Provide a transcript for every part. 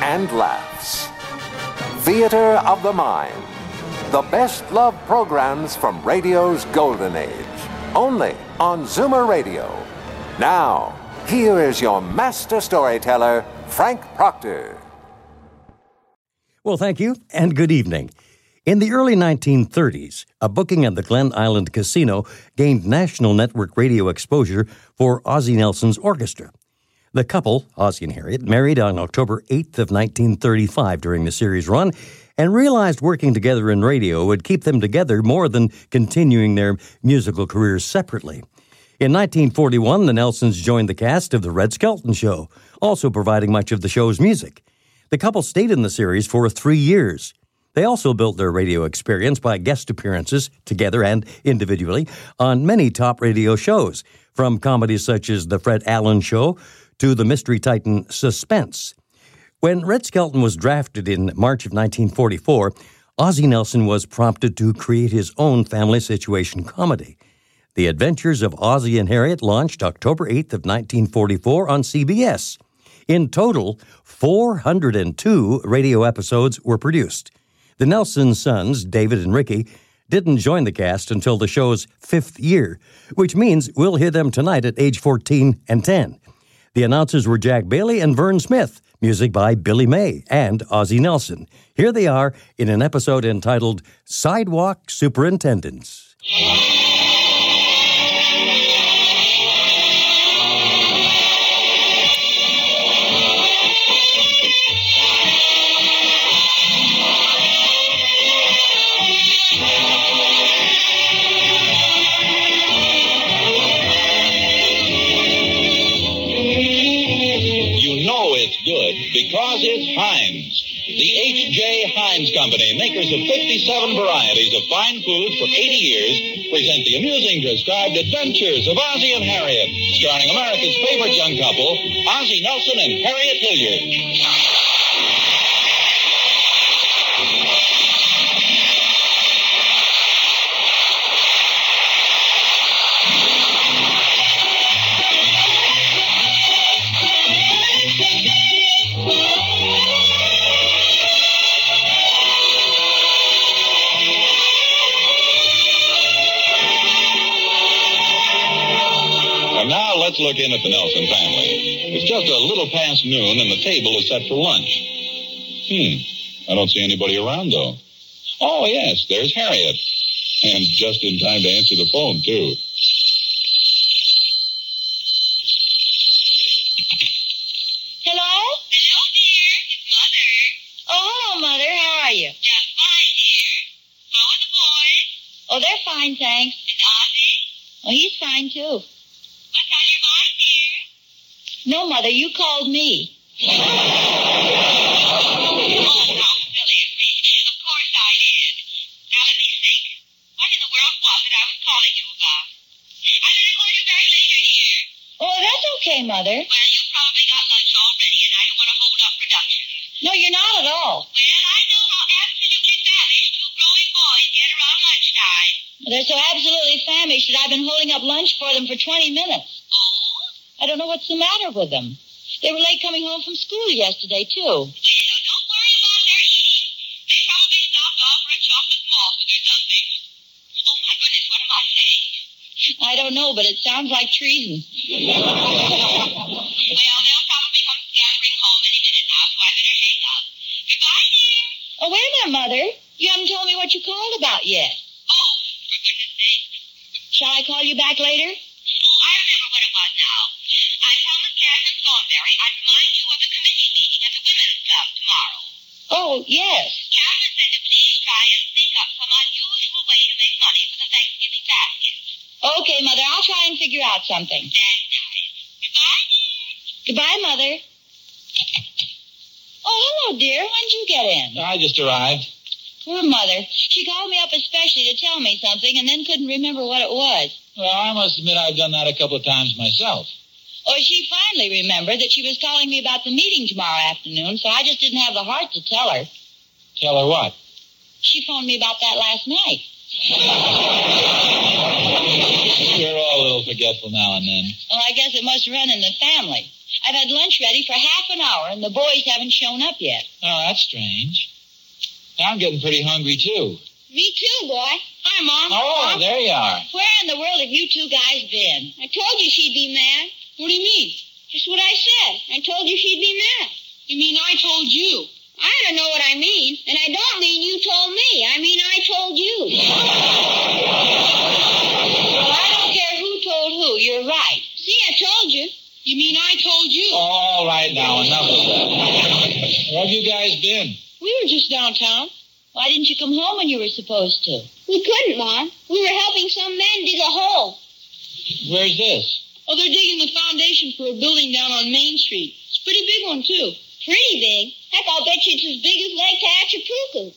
and laughs. Theater of the Mind. The best love programs from radio's golden age. Only on Zoomer Radio. Now, here is your master storyteller, Frank Proctor. Well, thank you, and good evening. In the early 1930s, a booking at the Glen Island Casino gained national network radio exposure for Ozzie Nelson's orchestra. The couple, Ozzie and Harriet, married on October 8th of 1935 during the series run and realized working together in radio would keep them together more than continuing their musical careers separately. In 1941, the Nelsons joined the cast of The Red Skelton Show, also providing much of the show's music. The couple stayed in the series for three years. They also built their radio experience by guest appearances, together and individually, on many top radio shows, from comedies such as The Fred Allen Show to the mystery titan Suspense. When Red Skelton was drafted in March of 1944, Ozzie Nelson was prompted to create his own family situation comedy. The Adventures of Ozzie and Harriet launched October 8th of 1944 on CBS. In total, 402 radio episodes were produced. The Nelson sons, David and Ricky, didn't join the cast until the show's fifth year, which means we'll hear them tonight at age 14 and 10. The announcers were Jack Bailey and Vern Smith, music by Billy May and Ozzie Nelson. Here they are in an episode entitled Sidewalk Superintendents. You know it's good because it's Heinz. The H.J. Heinz Company, makers of 57 varieties of fine foods for 80 years, present the amusing described adventures of Ozzie and Harriet, starring America's favorite young couple, Ozzie Nelson and Harriet Hilliard. And now let's look in at the Nelson family. It's just a little past noon, and the table is set for lunch. Hmm. I don't see anybody around, though. Oh, yes, there's Harriet. And just in time to answer the phone, too. Hello? Hello, dear. It's Mother. Oh, hello, Mother. How are you? Just fine, dear. How are the boys? Oh, they're fine, thanks. And Ozzie? Oh, he's fine, too. What's on your mind, dear? No, Mother. You called me. oh, how silly of me. Of course I did. Now let me think. What in the world was it I was calling you about? I'm going to call you back later, dear. Oh, that's okay, Mother. Well, you probably got lunch already, and I don't want to hold up production. No, you're not at all. Well, I know how absolutely famished two growing boys get around lunchtime. They're so absolutely famished that I've been holding up lunch for them for 20 minutes. Oh? I don't know what's the matter with them. They were late coming home from school yesterday, too. Well, don't worry about their eating. They probably stopped off for a chocolate malt or something. Oh, my goodness, what am I saying? I don't know, but it sounds like treason. well, they'll probably come scampering home any minute now, so I better hang up. Goodbye, dear. Oh, wait a minute, Mother. You haven't told me what you called about yet. Oh, for goodness sake. Shall I call you back later? Oh, I remember what it was now. I tell Miss Catherine Thornberry I'd remind you of the committee meeting at the Women's Club tomorrow. Oh, yes. Catherine said to please try and think up some unusual way to make money for the Thanksgiving basket. Okay, Mother, I'll try and figure out something. That's nice. Goodbye, dear. Goodbye, Mother. Oh, hello, dear. When did you get in? I just arrived. Poor Mother. She called me up especially to tell me something and then couldn't remember what it was. Well, I must admit I've done that a couple of times myself. Or she finally remembered that she was calling me about the meeting tomorrow afternoon, so I just didn't have the heart to tell her. Tell her what? She phoned me about that last night. We're all a little forgetful now and then. Well, I guess it must run in the family. I've had lunch ready for half an hour, and the boys haven't shown up yet. Oh, that's strange. I'm getting pretty hungry, too. Me too, boy. Hi, Mom. Oh, there you are. Where in the world have you two guys been? I told you she'd be mad. What do you mean? Just what I said. I told you she'd be mad. You mean I told you? I don't know what I mean, and I don't mean you told me. I mean I told you. well, I don't care who told who. You're right. See, I told you. You mean I told you? All right, now, enough of that. Where have you guys been? We were just downtown. Why didn't you come home when you were supposed to? We couldn't, Mom. We were helping some men dig a hole. Where's this? Oh, they're digging the foundation for a building down on Main Street. It's a pretty big one, too. Pretty big? Heck, I'll bet you it's as big as Lake Hachapulco.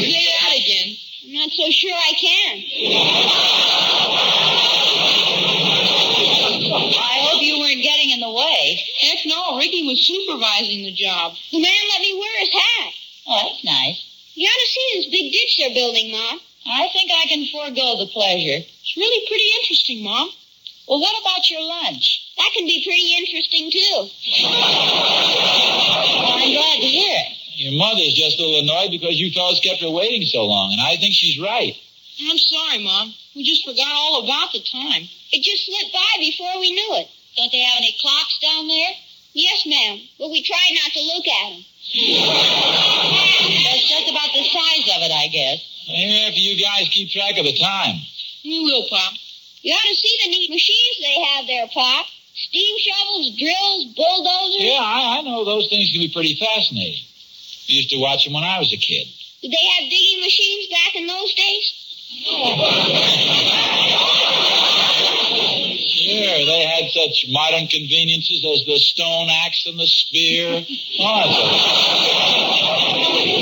Say that again. I'm not so sure I can. I hope you weren't getting in the way. Heck no, Ricky was supervising the job. The man let me wear his hat. Oh, that's nice. You ought to see this big ditch they're building, Mom. I think I can forego the pleasure. It's really pretty interesting, Mom. Well, what about your lunch? That can be pretty interesting, too. well, I'm glad to hear it. Your mother's just a little annoyed because you fellas kept her waiting so long, and I think she's right. I'm sorry, Mom. We just forgot all about the time. It just slipped by before we knew it. Don't they have any clocks down there? Yes, ma'am, but we try not to look at them. That's just about the size of it, I guess. Yeah, if you guys keep track of the time. We will, Pop. You ought to see the neat machines they have there, Pop. Steam shovels, drills, bulldozers. Yeah, I, I know those things can be pretty fascinating. I used to watch them when I was a kid. Did they have digging machines back in those days? Sure, they had such modern conveniences as the stone axe and the spear. Oh, Well,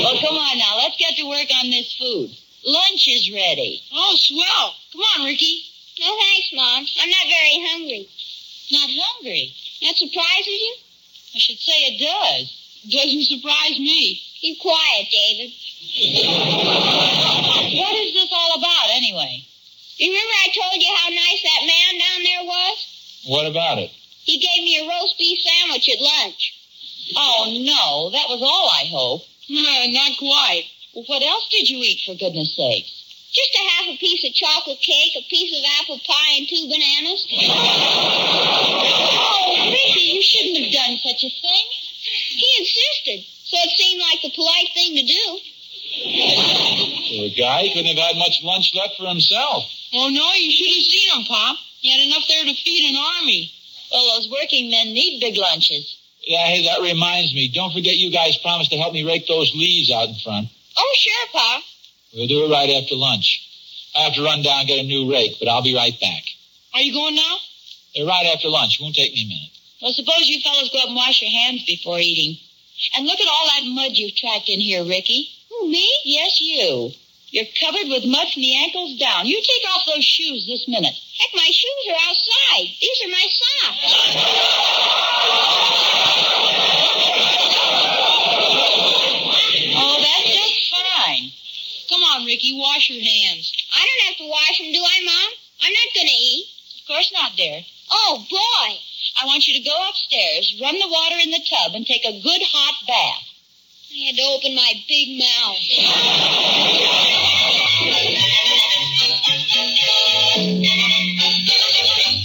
Oh, come on now. Let's get to work on this food. Lunch is ready. Oh, swell. Come on, Ricky. No thanks, Mom. I'm not very hungry. Not hungry? That surprises you? I should say it does. Doesn't surprise me. Keep quiet, David. what is this all about, anyway? Remember I told you how nice that man down there was? it's a- what about it? He gave me a roast beef sandwich at lunch. Oh, no. That was all, I hope. No, not quite. Well, what else did you eat, for goodness sake? Just a half a piece of chocolate cake, a piece of apple pie, and two bananas. oh, Ricky, you shouldn't have done such a thing. He insisted, so it seemed like the polite thing to do. For a guy, he couldn't have had much lunch left for himself. Oh, no, you should have seen him, Pop. He had enough there to feed an army. Well, those working men need big lunches. Yeah, hey, that reminds me. Don't forget you guys promised to help me rake those leaves out in front. Oh, sure, Pop. We'll do it right after lunch. I have to run down and get a new rake, but I'll be right back. Are you going now? Uh, Right after lunch. Won't take me a minute. Well, suppose you fellows go up and wash your hands before eating. And look at all that mud you've tracked in here, Ricky. Who, me? Yes, you. You're covered with mud from the ankles down. You take off those shoes this minute. Heck, my shoes are outside. These are my socks. oh, that's just fine. Come on, Ricky, wash your hands. I don't have to wash them, do I, Mom? I'm not going to eat. Of course not, dear. Oh, boy. I want you to go upstairs, run the water in the tub, and take a good hot bath. I had to open my big mouth.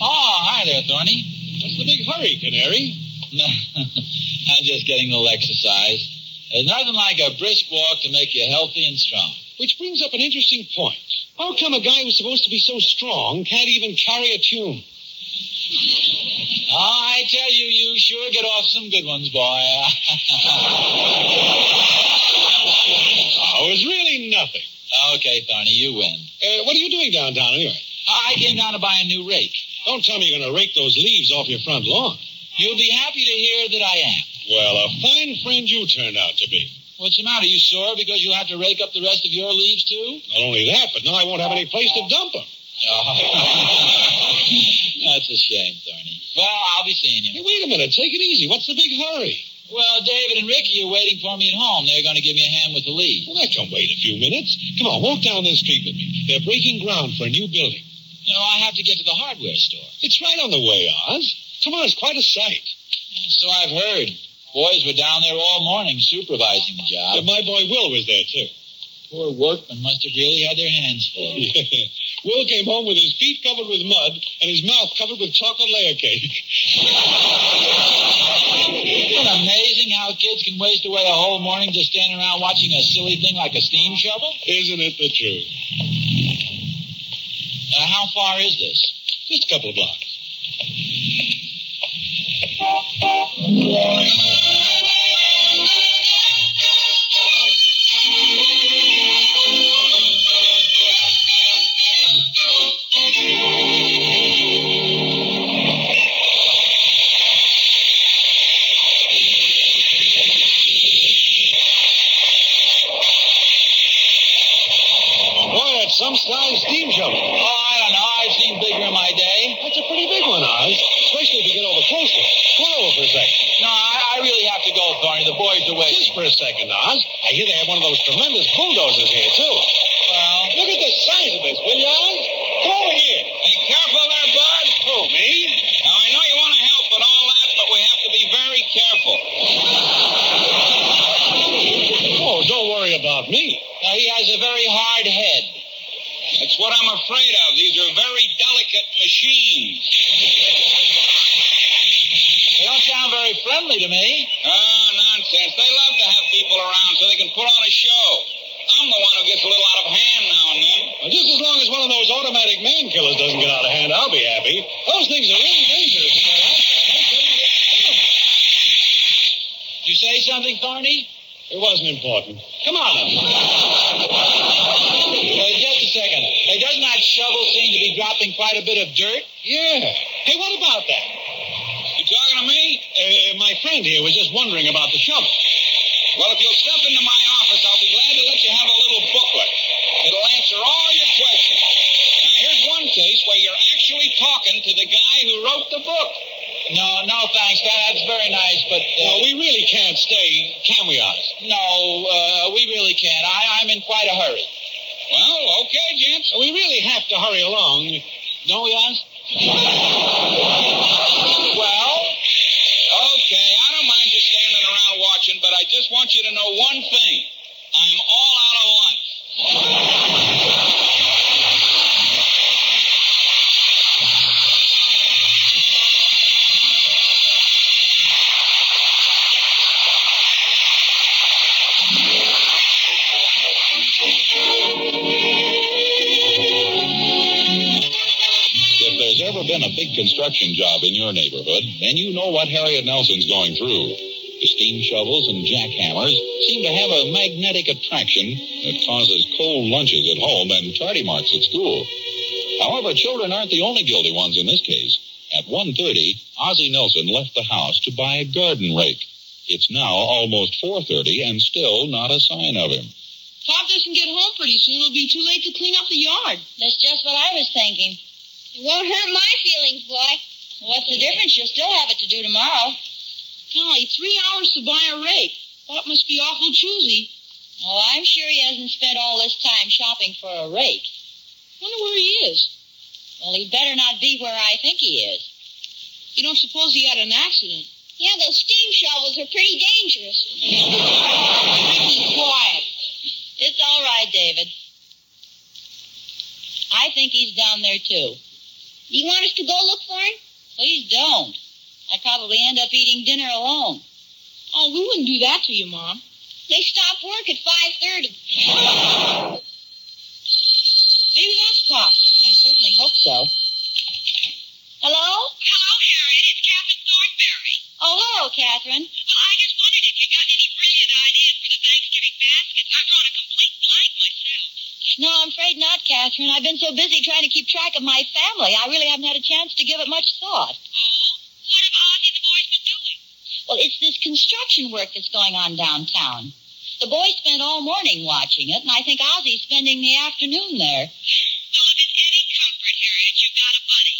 Oh, hi there, Thorny. What's the big hurry, Canary? I'm just getting a little exercise. There's nothing like a brisk walk to make you healthy and strong. Which brings up an interesting point. How come a guy who's supposed to be so strong can't even carry a tune? Oh, I tell you, you sure get off some good ones, boy. Oh, it was really nothing. okay, Thorny, you win. Uh, what are you doing downtown anyway? I came down to buy a new rake. Don't tell me you're going to rake those leaves off your front lawn. You'll be happy to hear that I am. Well, a fine friend you turned out to be. What's the matter? You sore because you have to rake up the rest of your leaves, too? Not only that, but now I won't have any place to dump them. That's a shame, Thorny. Well, I'll be seeing Hey, you. wait a minute. Take it easy. What's the big hurry? Well, David and Ricky are waiting for me at home. They're going to give me a hand with the leaves. Well, that can wait a few minutes. Come on, walk down this street with me. They're breaking ground for a new building. No, I have to get to the hardware store. It's right on the way, Oz. Come on, it's quite a sight. So I've heard. Boys were down there all morning supervising the Uh, job. my boy Will was there, too. Poor workmen must have really had their hands full. Yeah. Oh. Will came home with his feet covered with mud and his mouth covered with chocolate layer cake. Isn't it amazing how kids can waste away a whole morning just standing around watching a silly thing like a steam shovel? Isn't it the truth? Uh, how far is this? Just a couple of blocks. Boy, that's some size steam shovel. Oh, I don't know. I've seen bigger in my day. That's a pretty big one, Oz. Especially if you get over coastal. Pull over for a second. No, I, I really have to go, Thorny. The boys are waiting. Just for a second, Oz. I hear they have one of those tremendous bulldozers here, too. Well, Look at the size of this, will you, Oz? Come over here. be careful there, Bud. Oh, me? Now, I know you want to help and all that, but we have to be very careful. Oh, don't worry about me. Now, he has a very hard head. That's what I'm afraid of. These are very delicate machines. They don't sound very friendly to me. Oh, nonsense. They love to have people around so they can put on a show. I'm the one who gets a little out of hand now and then. Well, just as long as one of those automatic man killers doesn't get out of hand, I'll be happy. Those things are really dangerous. you know, Oz. Did you say something, Thorny? It wasn't important. Come on up. Uh, just a second. Hey, doesn't that shovel seem to be dropping quite a bit of dirt? Yeah. Hey, what about that? You talking to me? Uh, my friend here was just wondering about the shovel. Well, if you'll step into my office, I'll be glad to let you have a little booklet. It'll answer all your questions. Now, here's one case where you're actually talking to the guy who wrote the book. No, no, thanks. That, that's very nice, but uh, Well, we really can't stay, can we, Oz? no, uh, we really can't. I, I'm in quite a hurry. Well, okay, gents. We really have to hurry along, don't we, Oz? Well, okay. I don't mind you standing around watching, but I just want you to know one thing. I'm all out of lunch. If there's ever been a big construction job in your neighborhood, then you know what Harriet Nelson's going through. The steam shovels and jackhammers seem to have a magnetic attraction that causes cold lunches at home and tardy marks at school. However, children aren't the only guilty ones in this case. At 1.30, Ozzie Nelson left the house to buy a garden rake. It's now almost 4.30 and still not a sign of him. Pop doesn't get home pretty soon, it'll be too late to clean up the yard. That's just what I was thinking. It won't hurt my feelings, boy. What's the difference? You'll still have it to do tomorrow. Golly, three hours to buy a rake. Pop must be awful choosy. Well, I'm sure he hasn't spent all this time shopping for a rake. Wonder where he is. Well, he'd better not be where I think he is. You don't suppose he had an accident? Yeah, those steam shovels are pretty dangerous. Ricky, quiet. It's all right, David. I think he's down there, too. Do you want us to go look for him? Please don't. I probably end up eating dinner alone. Oh, we wouldn't do that to you, Mom. They stop work at 5.30. Maybe that's Pop. I certainly hope so. Hello? Hello, Harriet. It's Captain Thornberry. Oh, hello, Catherine. Well, I just wondered if you got any brilliant ideas for the Thanksgiving basket. I've drawn a complete blank myself. No, I'm afraid not, Catherine. I've been so busy trying to keep track of my family, I really haven't had a chance to give it much Oh? What have thought. Ozzy and the boys been doing? Well, it's this construction work that's going on downtown. The boys spent all morning watching it, and I think Ozzy's spending the afternoon there. Well, if it's any comfort, Harriet, you've got a buddy.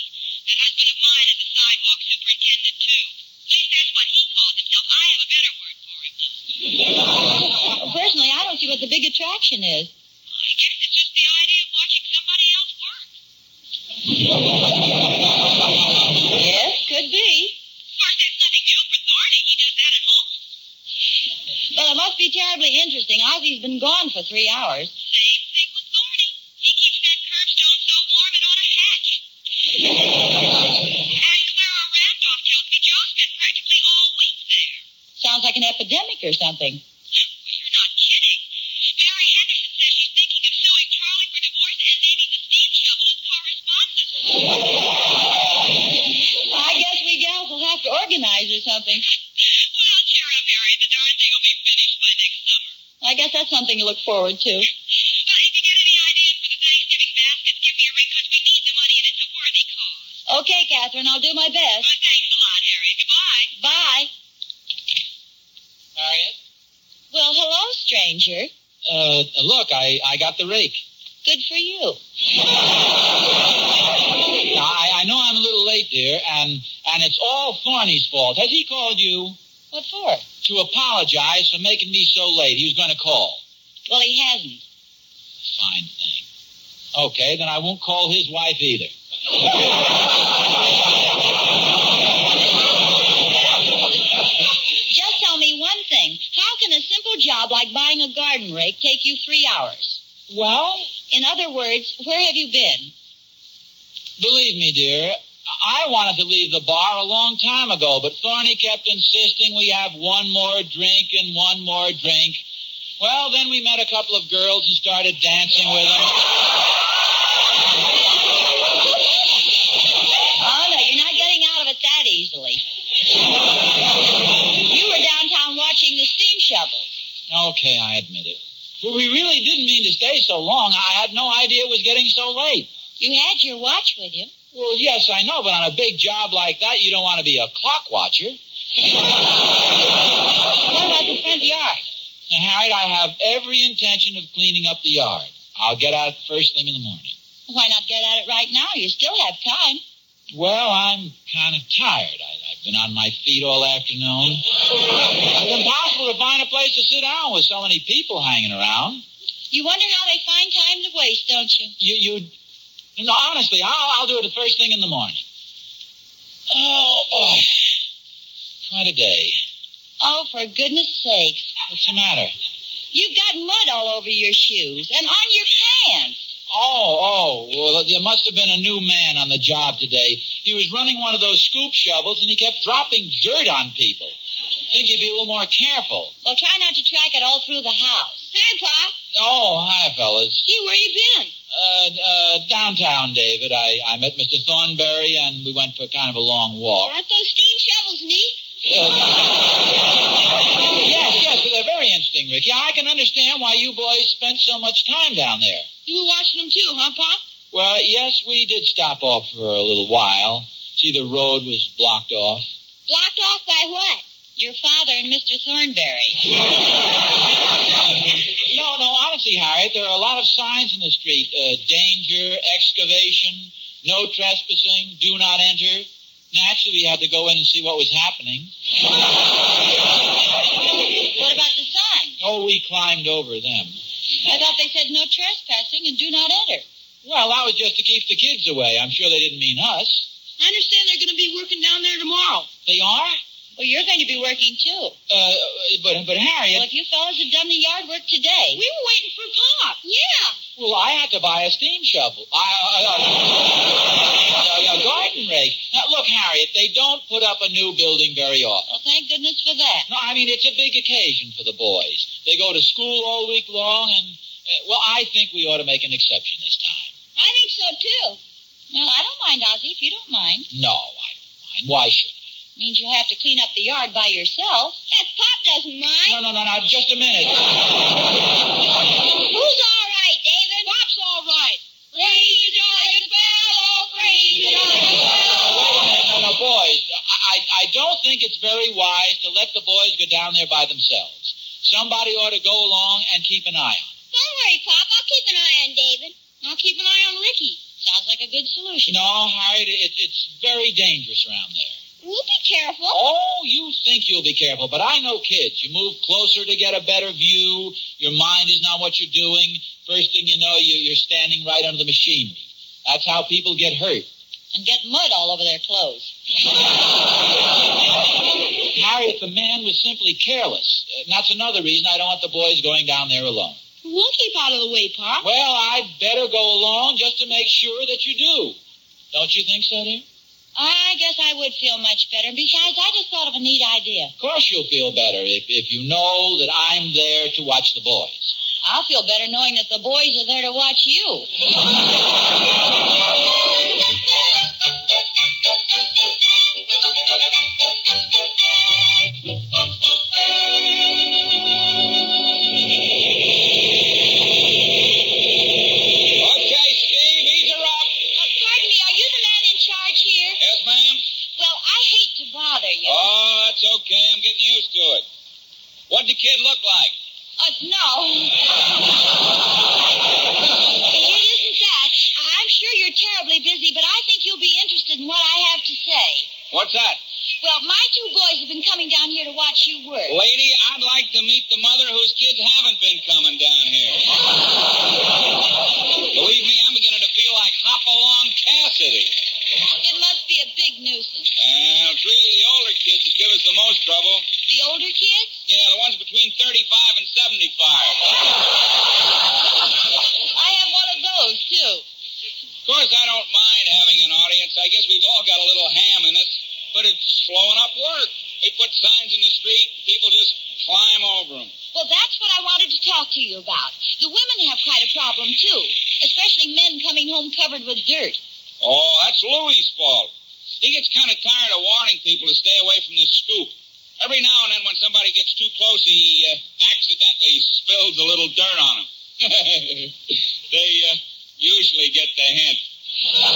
That husband of mine is a sidewalk superintendent, too. At least that's what he calls himself. I have a better word for him, though. Personally, I don't see what the big attraction is. I guess it's just the idea of watching somebody else work. Yes, could be. Of course, that's nothing new for Thorny. He does that at home. Well, it must be terribly interesting. Ozzy's been gone for three hours. Same thing with Thorny. He keeps that curbstone so warm it ought to hatch. and Clara Randolph tells me Joe's been practically all week there. Sounds like an epidemic or something. Well, you're not kidding. Mary Henderson says she's thinking of suing Charlie for divorce and naming the steam shovel as correspondence. I guess we gals will have to organize or something. well, cheer up, Mary. The darn thing will be finished by next summer. I guess that's something to look forward to. Well, if you get any ideas for the Thanksgiving basket, give me a ring 'cause we need the money and it's a worthy cause. Okay, Catherine, I'll do my best. Well, thanks a lot, Harry. Goodbye. Bye. Harriet? Well, hello, stranger. Uh, look, I, I got the rake. Good for you. Now, I, I know I'm a little late, dear, and, and it's all Thorny's fault. Has he called you? What for? To apologize for making me so late. He was going to call. Well, he hasn't. Fine thing. Okay, then I won't call his wife either. Just tell me one thing. How can a simple job like buying a garden rake take you three hours? Well, In other words, where have you been? believe me, dear, I wanted to leave the bar a long time ago, but Thorny kept insisting we have one more drink and one more drink. Well, then we met a couple of girls and started dancing with them. Oh, no, you're not getting out of it that easily. you were downtown watching the steam shovel. Okay, I admit it. Well, we really didn't mean to stay so long. I had no idea it was getting so late. You had your watch with you. Well, yes, I know, but on a big job like that, you don't want to be a clock watcher. What about the front yard? Now, Harriet, I have every intention of cleaning up the yard. I'll get out first thing in the morning. Why not get at it right now? You still have time. Well, I'm kind of tired. I, I've been on my feet all afternoon. it's impossible to find a place to sit down with so many people hanging around. You wonder how they find time to waste, don't you? You, you, no, honestly, I'll, I'll do it the first thing in the morning. Oh, boy. Quite a day. Oh, for goodness sakes. What's the matter? You've got mud all over your shoes and on your pants. Oh, oh, well, there must have been a new man on the job today. He was running one of those scoop shovels and he kept dropping dirt on people. Think he'd be a little more careful. Well, try not to track it all through the house. Hi, Pop. Oh, hi, fellas. Gee, where you been? Uh, uh, downtown, David. I, I met Mr. Thornberry and we went for kind of a long walk. Aren't those steam shovels neat? Yes, yes, but they're very interesting, Ricky. I can understand why you boys spent so much time down there. You were watching them too, huh, Pop? Well, yes, we did stop off for a little while. See, the road was blocked off. Blocked off by what? Your father and Mr. Thornberry. No, no, honestly, Harriet, there are a lot of signs in the street. Uh, danger, excavation, no trespassing, do not enter. Naturally, we had to go in and see what was happening. Uh, What about the sign? Oh, we climbed over them. I thought they said no trespassing and do not enter. Well, that was just to keep the kids away. I'm sure they didn't mean us. I understand they're going to be working down there tomorrow. They are? Well, you're going to be working too. Uh, but, but Well, Harriet, if you fellas had done the yard work today. We were waiting for Pop. yeah. well, I had to buy a steam shovel. I, I, I- a- a garden rake. Now, look, Harriet, they don't put up a new building very often. Well, thank goodness for that. No, I mean, it's a big occasion for the boys. They go to school all week long, and, uh, well, I think we ought to make an exception this time. I think so too. Well, I don't mind, Ozzy, if you don't mind. No, I don't mind. Why should Means you'll have to clean up the yard by yourself. If Pop doesn't mind. I? No, no, no, no, just a minute. Who's all right, David? Pop's all right. Crazy like a fellow, crazy like a fellow. Wait a minute. No, no, boys, I, I, I don't think it's very wise to let the boys go down there by themselves. Somebody ought to go along and keep an eye on them. Don't worry, Pop. I'll keep an eye on David. I'll keep an eye on Ricky. Sounds like a good solution. No, Harriet, it, it's very dangerous around there. We'll be careful. Oh, you think you'll be careful, but I know kids. You move closer to get a better view. Your mind is not what you're doing. First thing you know, you, you're standing right under the machinery. That's how people get hurt. And get mud all over their clothes. Harriet, the man was simply careless. Uh, And that's another reason I don't want the boys going down there alone. We'll keep out of the way, Pop. Well, I'd better go along just to make sure that you do. Don't you think so, dear? I guess I would feel much better. Besides, I just thought of a neat idea. Of course you'll feel better if, if you know that I'm there to watch the boys. I'll feel better knowing that the boys are there to watch you. Okay, Steve, ease her up. Uh, pardon me, are you the man in charge here? Yes, ma'am. Well, I hate to bother you. Oh, that's okay. I'm getting used to it. What'd the kid look like? Uh, no. it isn't that. I'm sure you're terribly busy, but I think you'll be interested in what I have to say. What's that? Well, my two boys have been coming down here to watch you work. Lady, I'd like to meet the mother whose kids haven't been coming down here. Believe me, I'm beginning to feel like Hop Along Cassidy. It must be a big nuisance. Well, it's really the older kids that give us the most trouble. The older kids? Yeah, the ones between 35 and 75. I have one of those, too. Of course, I don't mind having an audience. I guess we've all got a little ham in us, but it's slowing up work. We put signs in the street, and people just climb over them. Well, that's what I wanted to talk to you about. The women have quite a problem, too, especially men coming home covered with dirt. Oh, that's Louie's fault. He gets kind of tired of warning people to stay away from the scoop. Every now and then, when somebody gets too close, he uh, accidentally spills a little dirt on him. they uh, usually get the hint. Well,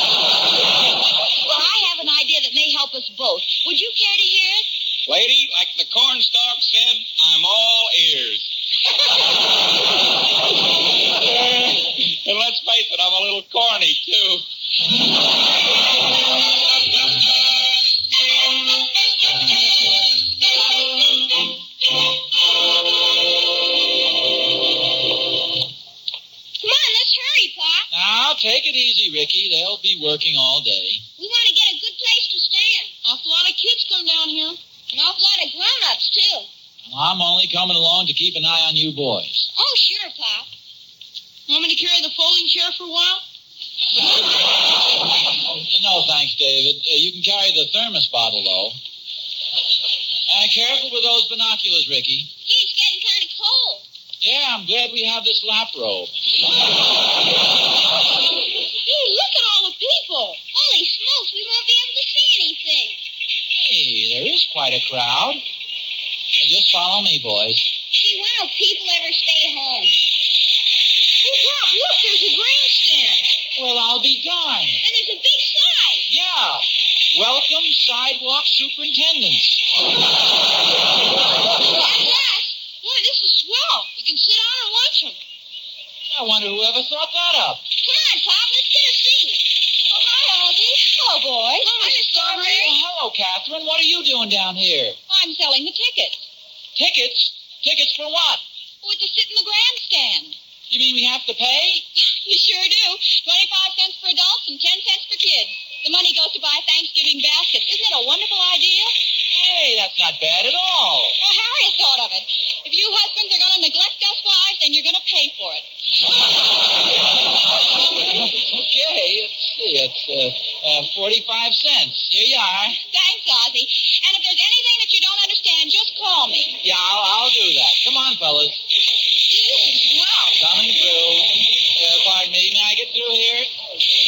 I have an idea that may help us both. Would you care to hear it? Lady, like the cornstalk said, I'm all ears. Uh, and let's face it, I'm a little corny, too. Come on, let's hurry, Pop. Now, take it easy, Ricky. They'll be working all day. We want to get a good place to stand. Awful lot of kids come down here. An awful lot of grown-ups, too. I'm only coming along to keep an eye on you boys. Oh, sure, Pop. Want me to carry the folding chair for a while? Oh, no, thanks, David. Uh, you can carry the thermos bottle, though. And careful with those binoculars, Ricky. Gee, it's getting kind of cold. Yeah, I'm glad we have this lap robe. Ooh, look at all the people. Holy smokes, we won't be able to see anything. Hey, there is quite a crowd. Just follow me, boys. Gee, why don't people ever stay home? Hey, Pop, look, there's a grandstand. Well, I'll be darned. And there's a big sign. Yeah. Welcome, sidewalk superintendents. At last. Boy, this is swell. We can sit down and watch them. I wonder who ever thought that up. Come on, Pop, let's get a seat. Oh, hi, Ozzy. Hello, boy. Hello, Mrs. Strawberry. Well, hello, Catherine. What are you doing down here? I'm selling the Uh, tickets. Tickets? Tickets for what? Or to sit in the grandstand. You mean we have to pay? You sure do. 25 cents for adults and 10 cents for kids. The money goes to buy Thanksgiving baskets. Isn't it a wonderful idea? Oh, Hey, that's not bad at all. Well, Harry thought of it. If you husbands are going to neglect us wives, then you're going to pay for it. Okay, let's see. It's uh, uh, 45 cents. Here you are. Thanks, Ozzy. And if there's anything that you don't understand, just call me. Yeah, I'll, I'll do that. Come on, fellas. Wow. Coming through. Uh, pardon me. May I get through here?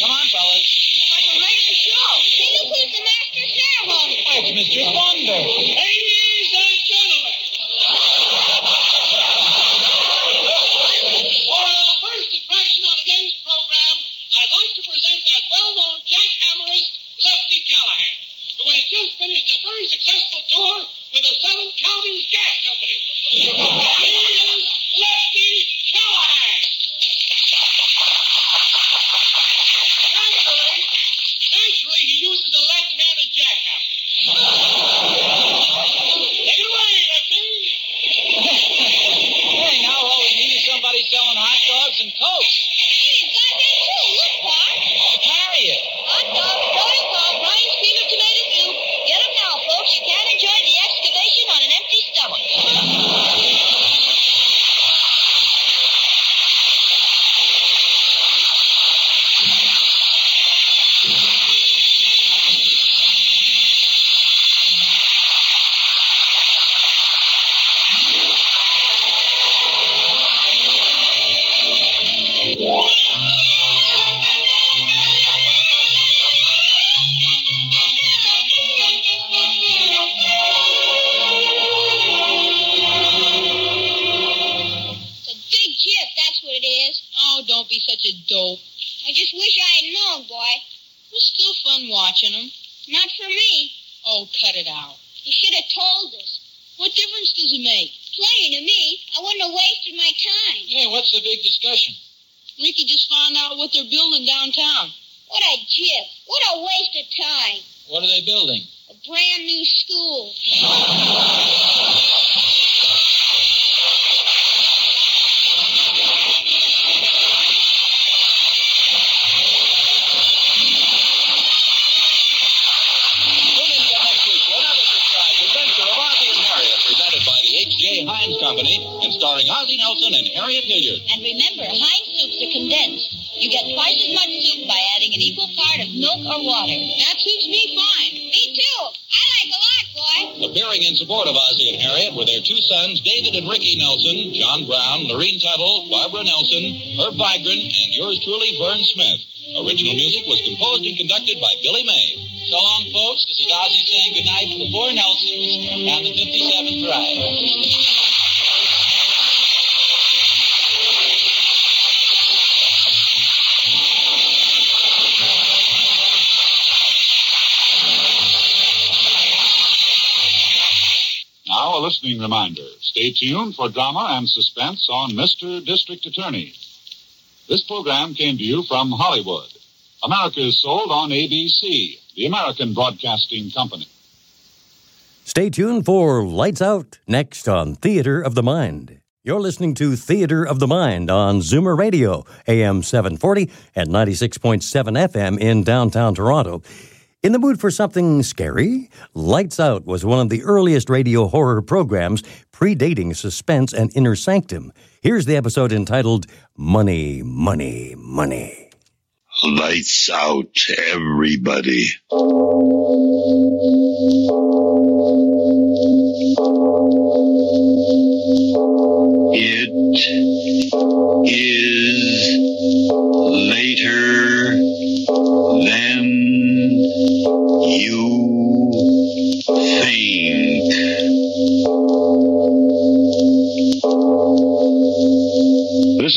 Come on, fellas. It's like a regular show. See who's the master ceremony. Oh, It's Mr. Thunder. Ladies and gentlemen. For our first attraction on today's program, I'd like to present that well-known jackhammerist, Lefty Callahan, who has just finished a very successful tour with the Seven Counties Gas Company. He is Lefty Callahan. Naturally, naturally, he uses a left-handed jackhammer. Take it away, Lefty. Hey, now all we need is somebody selling hot dogs and cokes. Harriet. Oh, don't be such a dope. It was still fun watching them. Not for me. Oh, cut it out. You should have told us. What difference does it make? Plenty to me. I wouldn't have wasted my time. Hey, what's the big discussion? Ricky just found out what they're building downtown. What a jiff. What a waste of time. What are they building? A brand new school. Tune in again next week for another surprise adventure of Ozzie and Harriet, presented by the H.J. Hines Company and starring Ozzie Nelson and Harriet Hilliard. And remember, Heinz soups are condensed. You get twice as much soup by adding an equal part of milk or water. That suits me fine. Me too. I like a lot, boy. Appearing in support of Ozzie and Harriet were their two sons, David and Ricky Nelson, John Brown, Lorene Tuttle, Barbara Nelson, Herb Vigran, and yours truly, Vern Smith. Original music was composed and conducted by Billy May. So long, folks. This is Ozzie saying goodnight to the four Nelsons and the 57th Ride. Now, a listening reminder. Stay tuned for drama and suspense on Mr. District Attorney. This program came to you from Hollywood. America is sold on ABC, the American Broadcasting Company. Stay tuned for Lights Out next on Theater of the Mind. You're listening to Theater of the Mind on Zoomer Radio, AM 740 and 96.7 FM in downtown Toronto. In the mood for something scary? Lights Out was one of the earliest radio horror programs predating Suspense and Inner Sanctum. Here's the episode entitled Money, Money, Money. Lights out, everybody. It is later than you think. This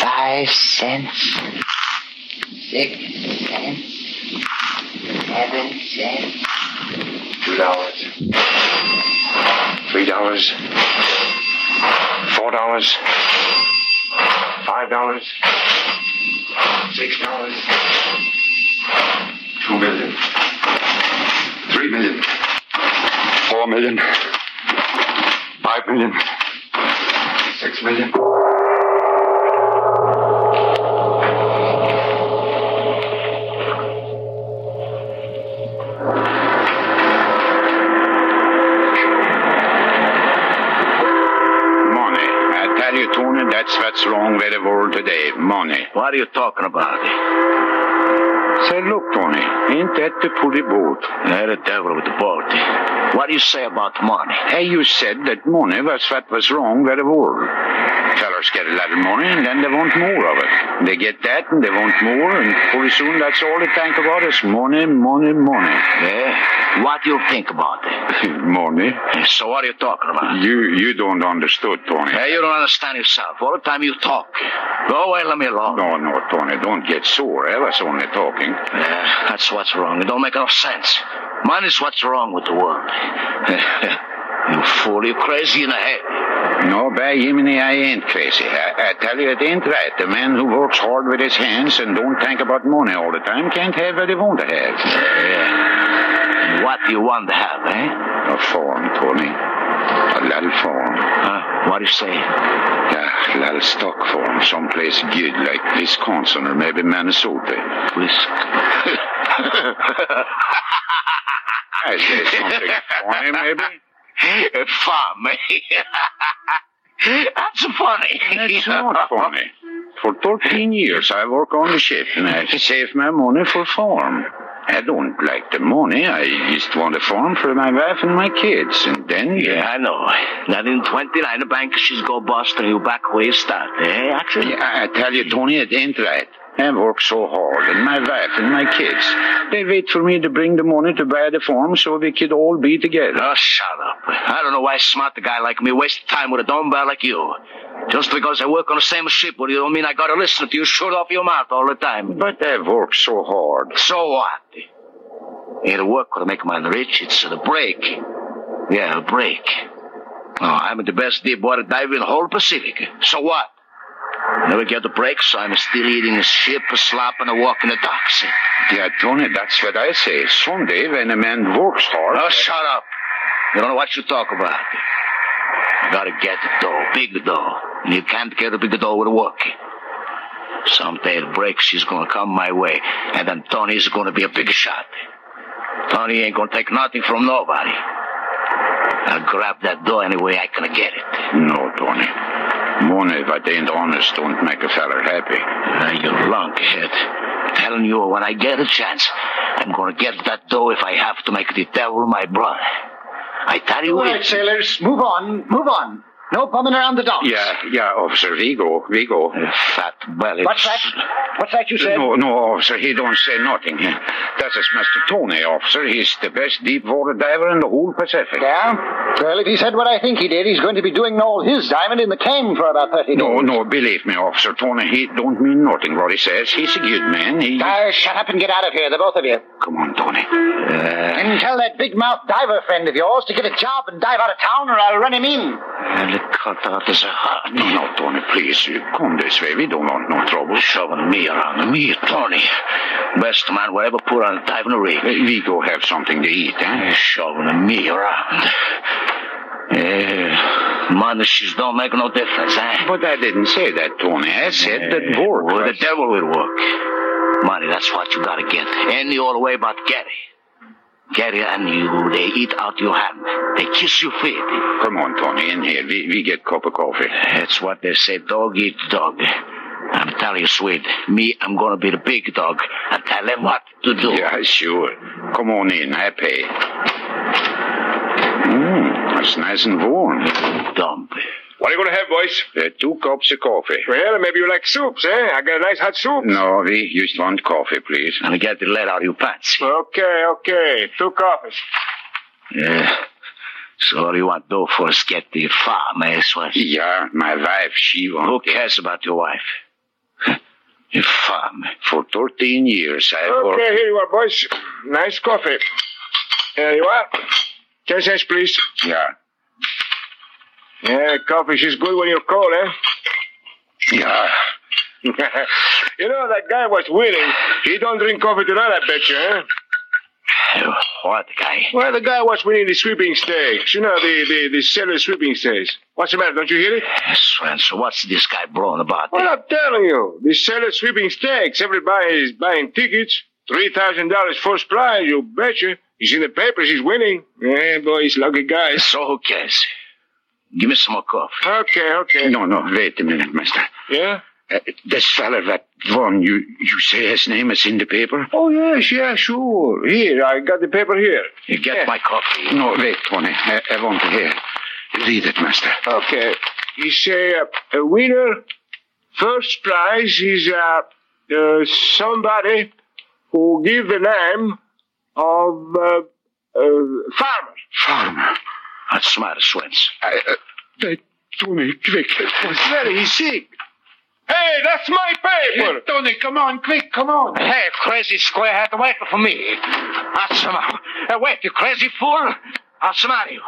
five cents, six cents, seven cents, two dollars. three dollars, four dollars, five dollars, six dollars, two million, three million, four million, five million, six million. Money. I tell you, Tony, that's what's wrong with the world today. Money. What are you talking about? Say, look, Tony, ain't that the pretty boat? Yeah, the devil with the boat. What do you say about money? Hey, you said that money was what was wrong with the world. Fellers get a lot of money and then they want more of it. They get that and they want more, and pretty soon that's all they think about is money, money, money. Yeah? Eh? What do you think about it? money. So what are you talking about? You you don't understood, Tony. Hey, you don't understand yourself. All the time you talk. Go away, let me alone. No, no, Tony, don't get sore. I was only talking. Yeah, that's what's wrong. It don't make enough sense. Mine is what's wrong with the world. you fool, you crazy in the head. No, by Jiminy, I ain't crazy. I, I tell you, it ain't right. The man who works hard with his hands and don't think about money all the time can't have what he want to have. What do you want to have, eh? A farm, Tony. A little farm. Huh? What do you say? Yeah, a little stock farm, someplace good, like Wisconsin or maybe Minnesota. Wisconsin. I say something funny, maybe? Funny. That's funny. That's not funny. For 13 years, I work on the ship, and I save my money for farm. I don't like the money. I just want a farm for my wife and my kids, and then... Yeah, I know. Not in 29, the bank, she's go bust, and you back where you start, eh, actually? I, I tell you, Tony, it ain't right. I work so hard, and my wife and my kids. They wait for me to bring the money to buy the farm so we could all be together. Oh, shut up. I don't know why a smart guy like me wastes time with a dumbbell like you. Just because I work on the same ship with you don't mean I gotta listen to you shoot off your mouth all the time. But I work so hard. So what? Ain't the work gonna make a man rich, it's the break. Yeah, a break. Oh, I'm the best deep water diver in the whole Pacific. So what? Never get the break, so I'm still eating a ship, a slop, and a walk in the docks. Yeah, Tony, that's what I say. Someday, when a man works hard. Oh, shut up. You don't know what you talk about. You gotta get the dough, big dough. And you can't get a big dough with work. Someday the break, she's gonna come my way, and then Tony's gonna be a big shot. Tony ain't gonna take nothing from nobody. I'll grab that dough any way I can get it. No, Tony. Money that ain't honest don't make a feller happy. you're wrong, kid. Telling you, when I get a chance, I'm gonna get that dough if I have to make the devil my brother. I tell you, All right, it- sailors, move on, move on. No bumming around the docks. Yeah, yeah, Officer Vigo, Vigo. fat belly. What's that? What's that you said? No, no, officer, he don't say nothing. That is Mr. Tony, officer. He's the best deep water diver in the whole Pacific. Yeah? Well, if he said what I think he did, he's going to be doing all his diamond in the can for about 30 days. No, no, believe me, officer, Tony, he don't mean nothing what he says. He's a good man. He... Ah, shut up and get out of here, the both of you. Come on, Tony. Uh, And tell that big mouth diver friend of yours to get a job and dive out of town, or I'll run him in. Well, cut out is a heart. No, no, Tony, please. You come this way. We don't want no trouble. Shoving me around. Me, Tony. Best man we ever put on a diving rig. We go have something to eat, eh? Shoving me around. Yeah. Money, she's don't make no difference, eh? But I didn't say that, Tony. I said that work. Well, the devil would work. Money, that's what you gotta get. Any old way but get it. Gary and you, they eat out your hand. They kiss your feet. Come on, Tony, in here. We, we get cup of coffee. That's what they say, dog eat dog. I'm telling you, sweet, me, I'm gonna be the big dog and tell them what to do. Yeah, sure. Come on in, I pay. Mmm, that's nice and warm. Dump. What are you going to have, boys? Uh, two cups of coffee. Mm. Well, maybe you like soups, eh? I got a nice hot soup. No, we just want coffee, please. And get the lead out of your pants. Okay, okay. Two coffees. Yeah. So all you want to do for is get the farm, eh, Swash? Yeah, my wife, she won't. Who cares about your wife? the farm. For 13 years, I worked... Okay, here you are, boys. Nice coffee. There you are. Ten cents, please. Yeah. Yeah, coffee, she's good when you're cold, eh? Yeah. you know, that guy was winning. He don't drink coffee tonight, I bet you, huh? What guy? Well, the guy was winning the sweeping stakes. You know, the, the, the cellar sweeping stakes. What's the matter? Don't you hear it? Swenson, what's this guy blowing about? Well, I'm telling you, the cellar sweeping stakes. Everybody is buying tickets. $3,000 first prize, you betcha. He's in the papers, he's winning. Yeah, boy, he's lucky guy. So who cares? Give me some more coffee. Okay, okay. No, no, wait a minute, mister. Yeah? Uh, this fella that won, you, you say his name is in the paper? Oh, yes, yeah, sure. Here, I got the paper here. You get my coffee. No, wait, Tony. I, I want to hear. Read it, mister. Okay. He say uh, a winner, first prize is uh, uh, somebody who give the name of uh, uh, farmer. Farmer. That's smart, Swenson. I, uh, they, Tony, quick. What's that? He's sick. Hey, that's my paper. Tony, come on, quick, come on. Hey, crazy square hat, wait for me. I'll smile. Hey, wait, you crazy fool. I'll smile you.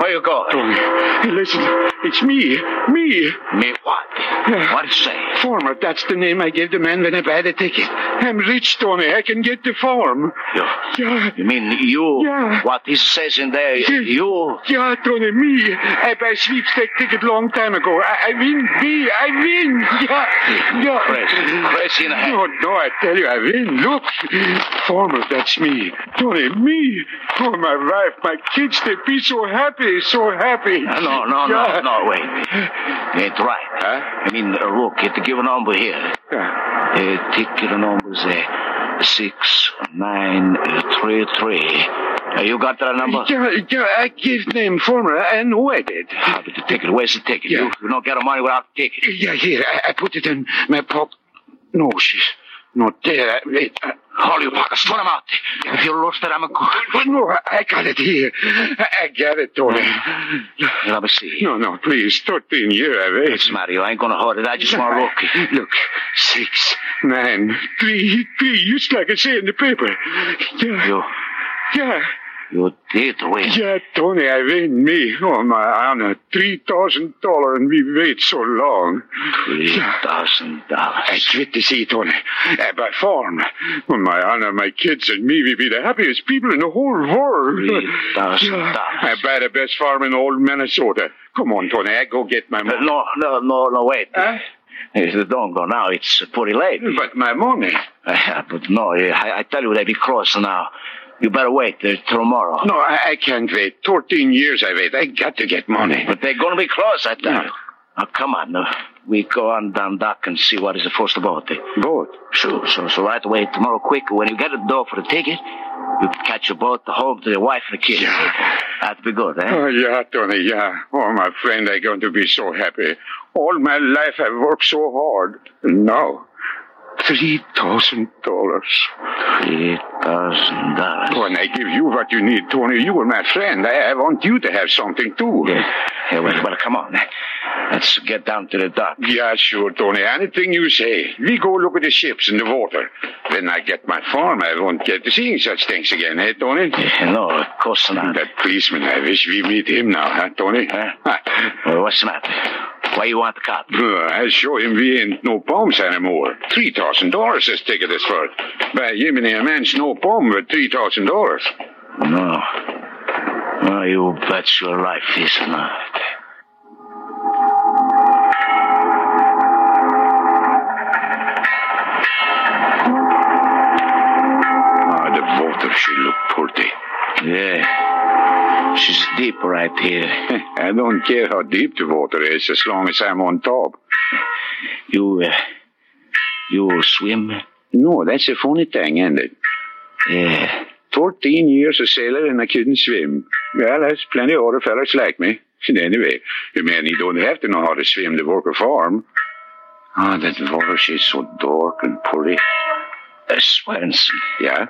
Where you go? Tony, hey, listen, it's me, me. Me what? What you say? Farmer, that's the name I gave the man when I buy the ticket. I'm rich, Tony. I can get the farm. You, Yeah, you mean you? Yeah. What he says in there, you? yeah, Tony, me. I buy sweepstake ticket long time ago. I, I win, me, I win. Yeah, yeah. Crazy, crazy in the head. No, no, I tell you, I win. Look, farmer, that's me. Tony, me. Oh, my wife, my kids, they be so happy, so happy. Uh, No, no, Yeah. no, no, wait. You ain't right. Huh? I mean, uh, look, it give a number here. Yeah. Uh, take the numbers there. Six, nine, uh, three, three. Uh, you got that number? Yeah, yeah, I give name farmer and waited. Ah, but the ticket, where's the ticket? Yeah. You, you don't get the money without the ticket. Yeah, here, I, I put it in my pocket. No, she's not there. I, wait, I, All you pockets, throw them out. If you lost it, I'm a good. Well, no, I- I got it here. I, I got it, Tony. Let me see. No, no, please, 13 year, I wait. What's the matter? You ain't gonna hold it. I just want to look. Look, six, nine, three, three. It's like I say in the paper. Yeah, You, yeah, you did win. yeah, Tony, I win me. Oh, my honor, $3,000 and we wait so long. Three thousand I dollars. quit the sea, Tony. Uh, by farm. Oh, my honor, my kids and me, we be the happiest people in the whole world. Three thousand Yeah, I dollars. buy the best farm in all Minnesota. Come on, Tony, I go get my Uh, money. No, no, no, no, wait. Huh? Uh, Don't go now. It's pretty late. But my money. Uh, But no, uh, I, I tell you, they be cross now. You better wait till tomorrow. No, I, I can't wait. Thirteen years I wait. I got to get money. But they're gonna be close, I tell No. you. Now, come on. Now. We go on down dock and see what is the first about it. Boat. Sure, so, so right away tomorrow quick. When you get a door for the ticket, you catch a boat home to your wife and the kids. Yeah. That'd be good, eh? Oh, yeah, Tony, yeah. Oh, my friend, I'm going to be so happy. All my life I worked so hard. No. Three thousand dollars. Three thousand dollars. When I give you what you need, Tony, you were my friend. I, I want you to have something too. Yeah. Hey, well, well, come on. Let's get down to the dock. Yeah, sure, Tony. Anything you say. We go look at the ships in the water. When I get my farm, I won't get to seeing such things again, eh, Tony? No, of course not. That policeman, I wish we meet him now, huh, Tony? Huh? Huh. Well, what's the matter? Why you want the cop? Uh, I show him we ain't no palms anymore. Three thousand dollars this ticket is for. By Yemeni, a man's no palm with three thousand dollars. No. No, you bet your life is not. Ah, the water should look pretty. Yeah. She's deep right here. Heh, I don't care how deep the water is, as long as I'm on top. You, uh, you swim? No, that's a funny thing, ain't it? Yeah. Fourteen years a sailor and I couldn't swim. Well, there's plenty of other fellas like me. And anyway, a man he don't have to know how to swim to work a farm. Ah, that water she's so dark and pretty. Uh, Swenson. Yeah,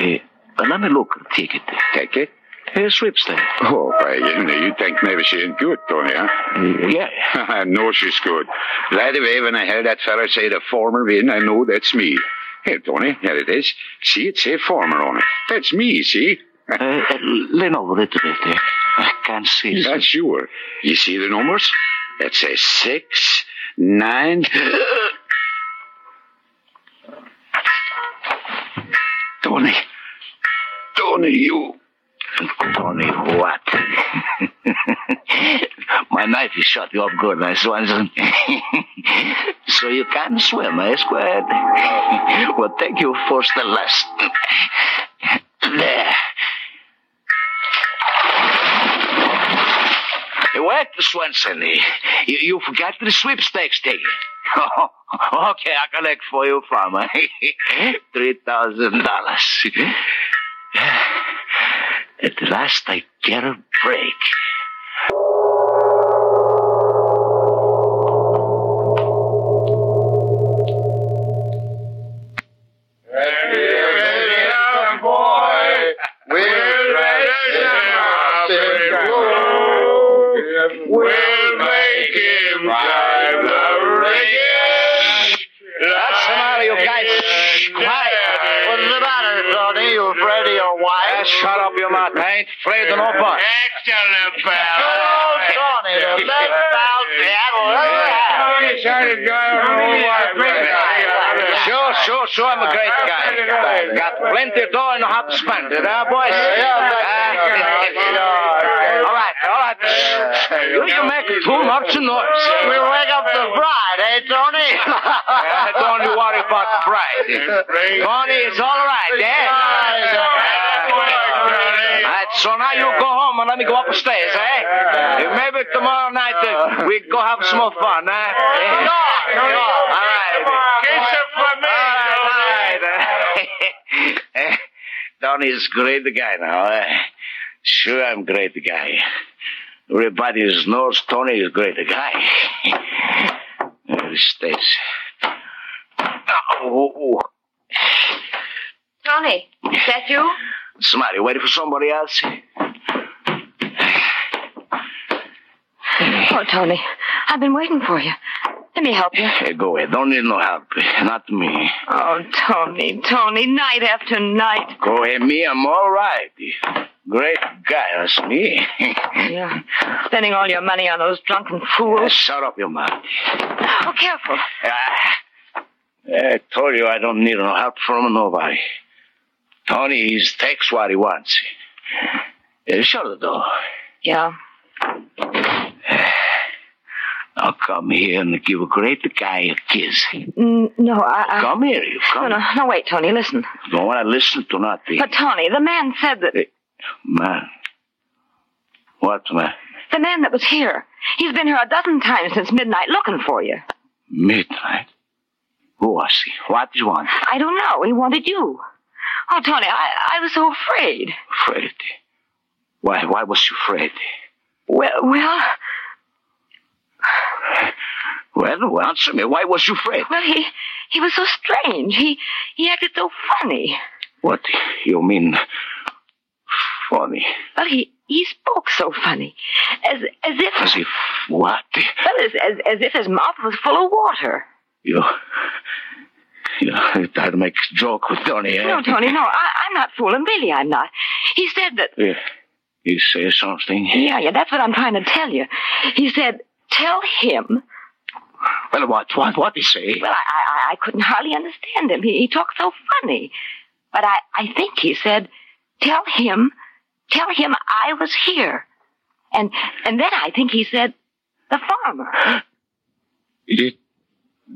eh, uh, let me look at the ticket. take it. Hey, sweepstake. Oh, by Yemeni, you think maybe she ain't good, Tony, huh? Uh, yeah. I know she's good. Right away, when I heard that fella say the former win, I know that's me. Here, Tony, here it is. See, it say former on it. That's me, see? Uh, uh, lean over a little bit there. I can't see. That's sure. You see the numbers? It says six, nine. Tony. Tony, you. Tony, what? My knife is shot you up good, my Swanson. so you can swim, eh, Squid? well, thank you for the last. There. What, Swanson? You, you forgot the sweepstakes thing. Oh, okay, I collect for you, farmer. Three thousand dollars. At last, I get a break. That's the matter, you guys. Shh, Quiet. What's the matter, Tony? You afraid of your wife? shut up your mouth. I ain't afraid of no butt. Excellent, pal. Tony, the best pal Seattle ever had. Sure, sure, sure, I'm a great guy. Got plenty of dough and know how to spend it, huh, boys? Ah, all right, all right. You, you make too much noise. We wake up the bride, eh, Tony? Don't you worry about the bride. Tony, it's all right, eh? All right, so now you go home and let me go upstairs, eh? Maybe tomorrow night uh, we go have some more fun, eh? All right. Eh, Donnie's great guy now. eh? Sure, I'm great guy. Everybody knows Tony is great guy. There he stays. Ah, Oh, oh, oh. Tony, is that you? Somebody waiting for somebody else? Oh, Tony, I've been waiting for you. Let me help you. Hey, go away. Don't need no help. Not me. Oh, Tony, Tony, night after night. Go away, me. I'm all right. Great guy, that's me. Yeah. Spending all your money on those drunken fools. Shut up your mouth. Ah. Oh, careful. I told you I don't need no help from nobody. Tony, he takes what he wants. Eh, Shut the door. Yeah. Now come here and give a great guy a kiss. Mm, no, I. I... Come here, you come. No, no, no, wait, Tony, listen. Don't want to listen to nothing. But, Tony, the man said that. Man. What man? The man that was here. He's been here a dozen times since midnight looking for you. Midnight. Who was he? What do you want? I don't know. He wanted you. Oh, Tony, I, I was so afraid. Afraid. Why? Why was you afraid? Well, well, Well, answer me. Why was you afraid? well, he he was so strange. He he acted so funny. What you mean? Funny. Well, he he spoke so funny, as as if As if what? well as as, as if his mouth was full of water. You. You try to make joke with Tony, eh? No, Tony, no, I, I'm not fooling. Really, I'm not. He said that. Yeah. You say something. Yeah, yeah, that's what I'm trying to tell you. He said, "Tell him." Well, what? What? What he say? Well, I I, I- I couldn't hardly understand him. He, he talked so funny, but I I think he said, "Tell him, tell him I was here," and and then I think he said, "The farmer." It,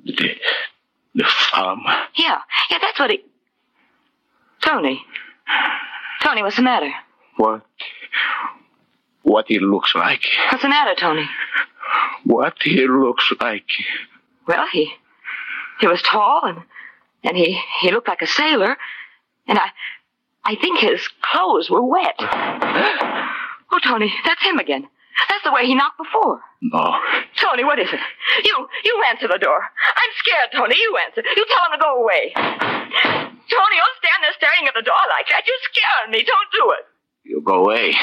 the, the farm. Yeah, yeah, that's what he. Tony. Tony, what's the matter? What? What he looks like. What's the matter, Tony? What he looks like. Well, he he was tall and and he he looked like a sailor, and I I think his clothes were wet. Oh, Tony, that's him again. That's the way he knocked before. No. Tony, what is it? You you answer the door. I'm scared, Tony. You answer. You tell him to go away. Tony, don't stand there staring at the door like that. You're scaring me. Don't do it. You go away.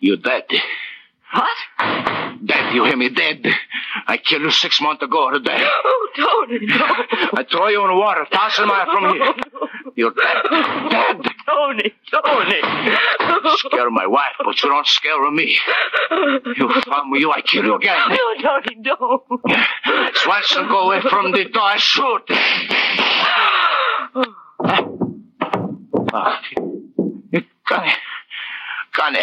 You dead. What? Dead. You hear me? Dead. I killed you six months ago to death. Oh, Tony, no. Oh, I throw you in the water, thousand miles from here. You're dead. Dead. Tony, Tony. Scare my wife, but you don't scare me. You found me, you, I kill you again. No, Tony, don't. Swanson, go away from the door. I shoot. Ah, Connie, Connie,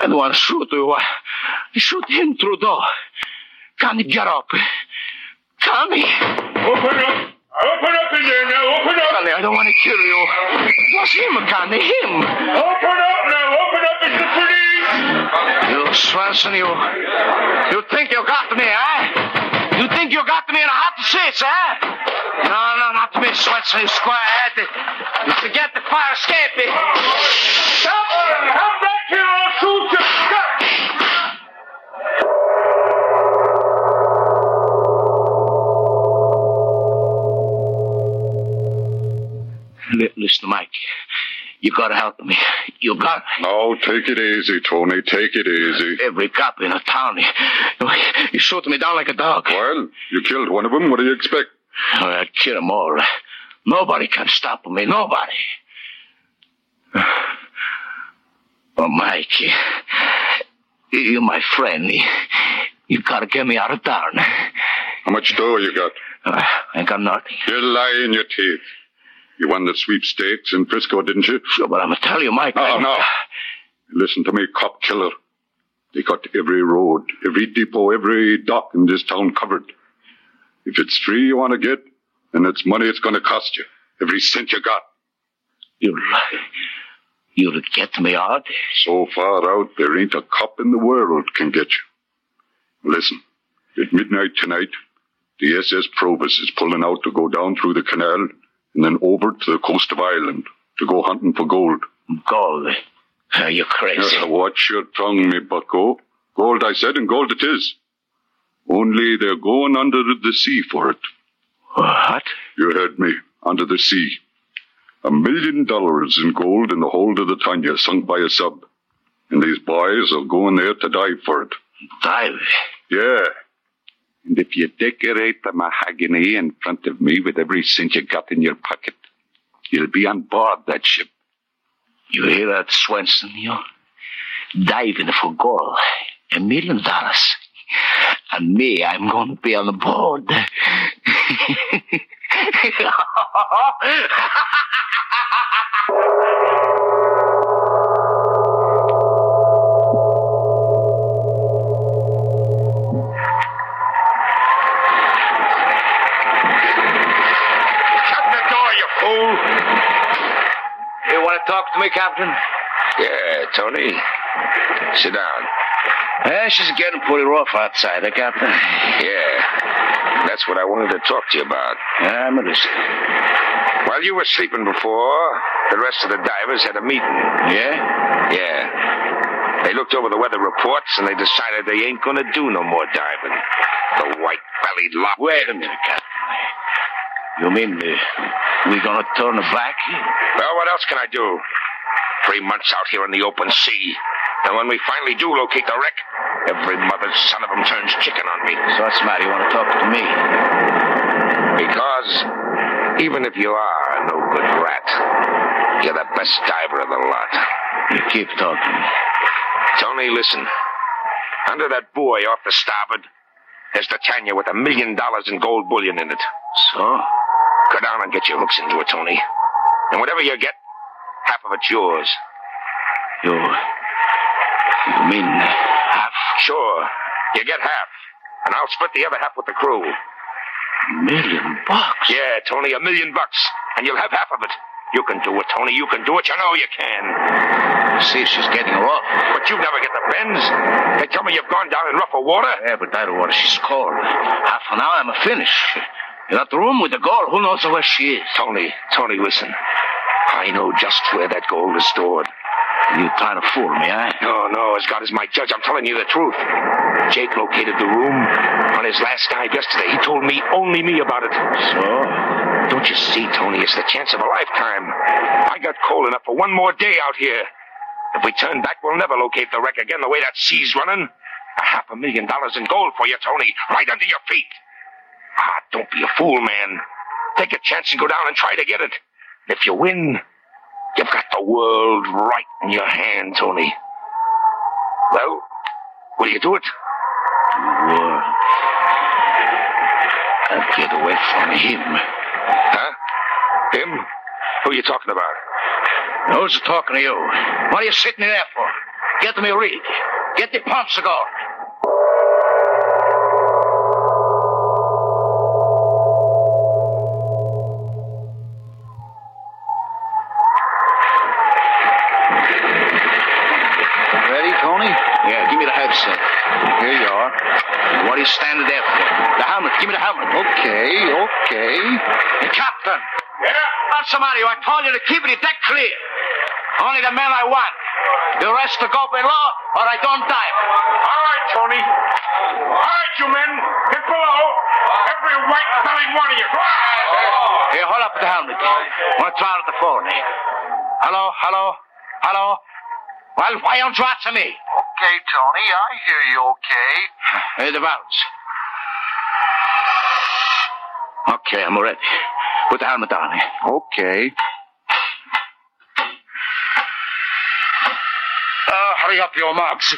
I don't want to shoot you. I shoot him through the door. Connie, get up. Connie. Open up. Open up in there now. Open up. Connie, I don't want to kill you. It was him, Connie, him. Open up now. Open up. It's the police. You, Swanson, you, you think you got me, eh? You think you got me in a hot seat, eh? No, no, not me, Swanson, you squarehead. You forget the fire escape. Stop! Come back here, I'll shoot you. Li- Listen, Mike. You gotta help me. You got Now, take it easy, Tony. Take it easy. Every cop in a town. He, he shot me down like a dog. Well, you killed one of them. What do you expect? I kill them all. Nobody can stop me. Nobody. Oh, Mike, you're my friend. You gotta get me out of town. How much dough you got? Uh, I got nothing. You lie in your teeth. You won the sweepstakes in Frisco, didn't you? Oh, Sure, but I'm gonna tell you, Mike. No, no. Listen to me, cop killer. They got every road, every depot, every dock in this town covered. If it's free you want to get, then it's money it's going to cost you. Every cent you got. You lie. You'll get me out? So far out, there ain't a cop in the world can get you. Listen, at midnight tonight, the SS Probus is pulling out to go down through the canal and then over to the coast of Ireland to go hunting for gold. Gold? Are you crazy? watch your tongue, me bucko. Gold, I said, and gold it is. Only they're going under the sea for it. What? You heard me. Under the sea. A million dollars in gold in the hold of the Tanya, sunk by a sub. And these boys are going there to dive for it. Dive? Yeah. And if you decorate the mahogany in front of me with every cent you got in your pocket, you'll be on board that ship. You hear that, Swenson? You diving for gold. A million dollars. And me, I'm going to be on the board. Shut the door, you fool! You want to talk to me, Captain? Yeah, Tony. Sit down. Eh, she's getting pretty rough outside, eh, Captain? Yeah. That's what I wanted to talk to you about. Ah, I'm listening. While you were sleeping before, the rest of the divers had a meeting. Yeah? Yeah. They looked over the weather reports and they decided they ain't gonna do no more diving. The white bellied lot. Wait a minute, Captain. You mean uh, we gonna turn back? Well, what else can I do? Three months out here in the open sea. And when we finally do locate the wreck, every mother's son of 'em turns chicken on me. So what's the matter? You want to talk to me? Because even if you are no good rat, you're the best diver of the lot. You keep talking. Tony, listen. Under that buoy off the starboard, there's the Tanya with a million dollars in gold bullion in it. So? Go down and get your hooks into it, Tony. And whatever you get, half of it's yours. You. You mean half? Sure. You get half. And I'll split the other half with the crew. Million bucks? Yeah, Tony, a million bucks. And you'll have half of it. You can do it, Tony. You can do it. You know you can. See, she's getting rough. But you never get the bends. They tell me you've gone down in rougher water. Yeah, but that water, she's cold. Half an hour, I'm a finish. In that room with the girl, who knows where she is? Tony, Tony, listen. I know just where that gold is stored. You trying to fool me, eh? No, no, as God is my judge, I'm telling you the truth. Jake located the room on his last dive yesterday. He told me, only me about it. So? Don't you see, Tony, it's the chance of a lifetime. I got coal enough for one more day out here. If we turn back, we'll never locate the wreck again the way that sea's running. A half a million dollars in gold for you, Tony, right under your feet. Ah, don't be a fool, man. Take a chance and go down and try to get it. If you win, You've got the world right in your hand, Tony. Well, will you do it? Well, I'll get away from him. Huh? Him? Who you talking about? Who's talking to you? What are you sitting there for? Get me a rig. Get the pump cigar. Ready, Tony? Yeah, give me the half set. Here you are. What are you standing there for? The helmet. Give me the helmet. Okay, okay. Captain! Yeah? That's the matter. I told you to keep the deck clear. Only the men I want. The rest to go below, or I don't dive. All right, Tony. All right, you men. Get below. Every white-bellied one of you. Here, hold up the helmet. want to try out the phone. Hello, hello, hello. Well, why don't you answer me? Okay, Tony, I hear you okay. Hey, the valves. Okay, I'm ready. Put the helmet eh? on. Okay. Uh, hurry up, your marks.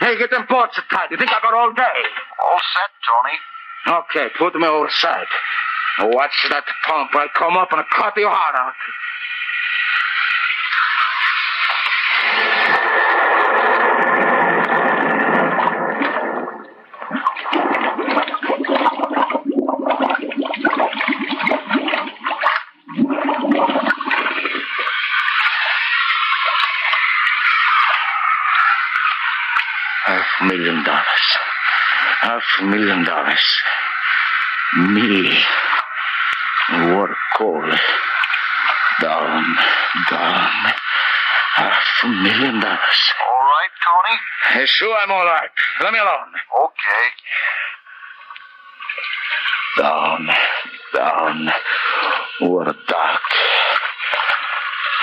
Hey, get them ports tied. You think I got all day? All set, Tony. Okay, put me overside. Now watch that pump. I'll come up and I'll cut your heart out. Half million dollars. Half million dollars. Me. What coal. Down, down. Half a million dollars. All right, Tony? Hey, sure, I'm all right. Let me alone. Okay. Down, down. What a dark.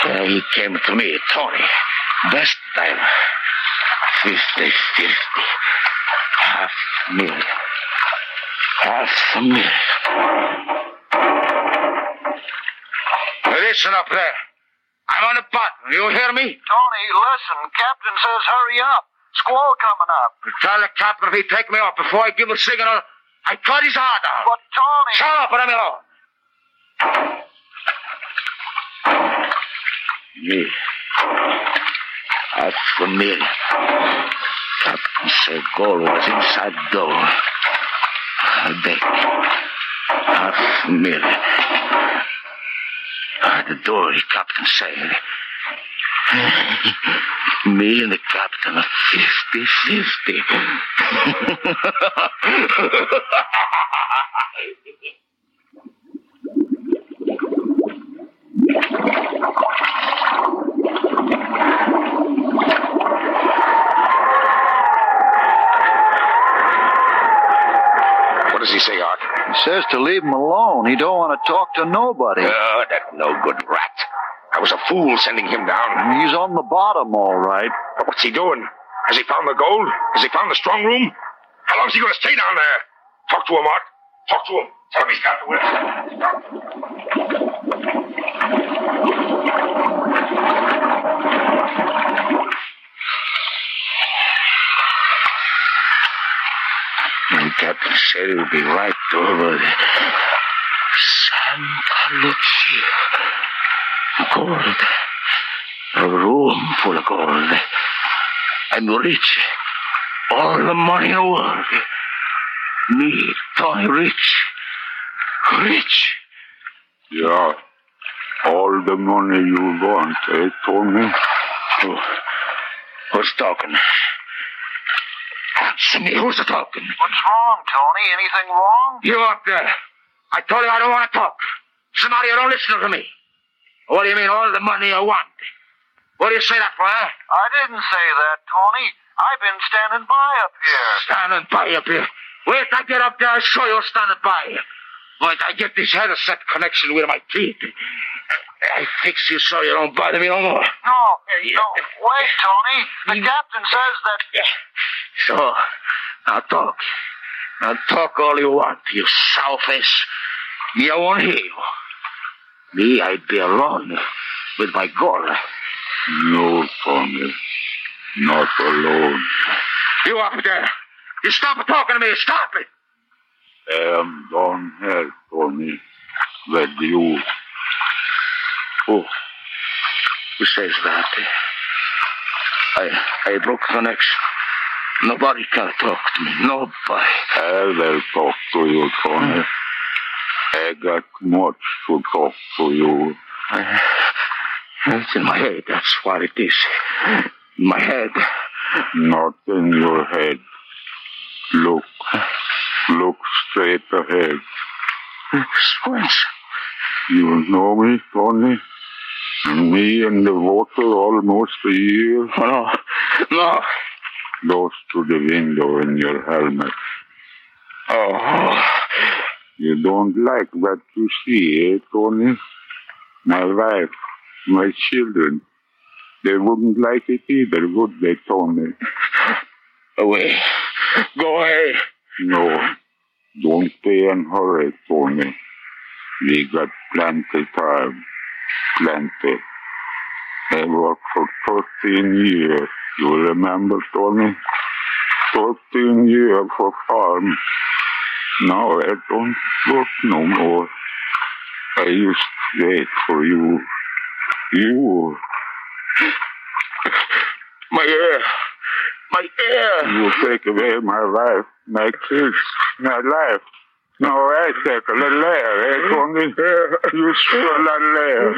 There he came to me, Tony. Best time. Fifty, fifty. Half a million. Half a million. Listen up there. I'm on the button. You hear me? Tony, listen. Captain says hurry up. Squall coming up. Tell the captain if he take me off before I give a signal, I cut his heart out. But, Tony. Shut up and let me alone. Me. Half a million. Captain said goal was inside goal. I bet. Half a million. At the door, the captain said. Me and the captain are 50 50. What does he say, Art? He says to leave him alone. He don't want to talk to nobody. Oh, that no good rat. I was a fool sending him down. He's on the bottom, all right. But what's he doing? Has he found the gold? Has he found the strong room? How long's he going to stay down there? Talk to him, Art. Talk to him. Tell him he's got the will. And Captain said he'll be right over the Santa Lucia. Gold. A room full of gold. I'm rich. All the money in the world. Me, Tony, rich. Rich. Yeah. All the money you want, eh, Tony? Who, who's Oh, talking? Answer me. Who's talking? What's wrong, Tony? Anything wrong? You up there. I told you I don't want to talk. Somebody, you don't listen to me. What do you mean, all the money I want? What do you say that for, eh? I didn't say that, Tony. I've been standing by up here. Standing by up here. Wait, I get up there, I'll show you standing by. Wait, I get this headset connection with my teeth. I fix you so you don't bother me no more. No, no. Wait, Tony. The captain says that. So, now talk. Now talk all you want, you sow face. Me, I won't hear you. Me, I'd be alone with my goal. No, Tony. Not alone. You up there! You stop talking to me! Stop it! I am down here, Tony. With you. Oh. Who? Who says that? I I broke connection. Nobody can talk to me. Nobody. I will talk to you, Mhm. Tony. I got much to talk to you. It's in my head. That's what it is. In my head. Not in your head. Look. Look straight ahead. Hmm. Squints. You know me, Tony? Me and the water almost a year. No. No. Close to the window in your helmet. Oh. You don't like what you see, eh, Tony? My wife, my children. They wouldn't like it either, would they, Tony? Away. Go away. No. Don't be in hurry, Tony. We got plenty time. Plenty. I worked for 13 years. You remember, Tony? 13 years for farm. Now I don't work no more. I used to wait for you. You. My ear. My ear. You take away my life, my kids, my life. Now I take a little air, eh, Tony? You spill a little air.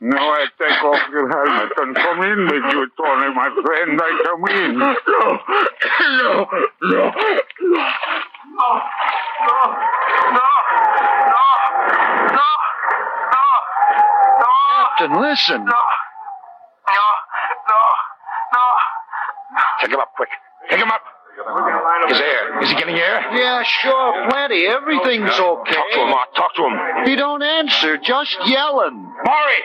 Now I take off your helmet and come in with you, Tony, my friend. I come in. No. No. No. No. Captain, listen. Pick him up quick. Pick him up. He's air. Is he getting air? Yeah, sure, plenty. Everything's okay. Talk to him, Art. Talk to him. He don't answer, just yelling. Maury,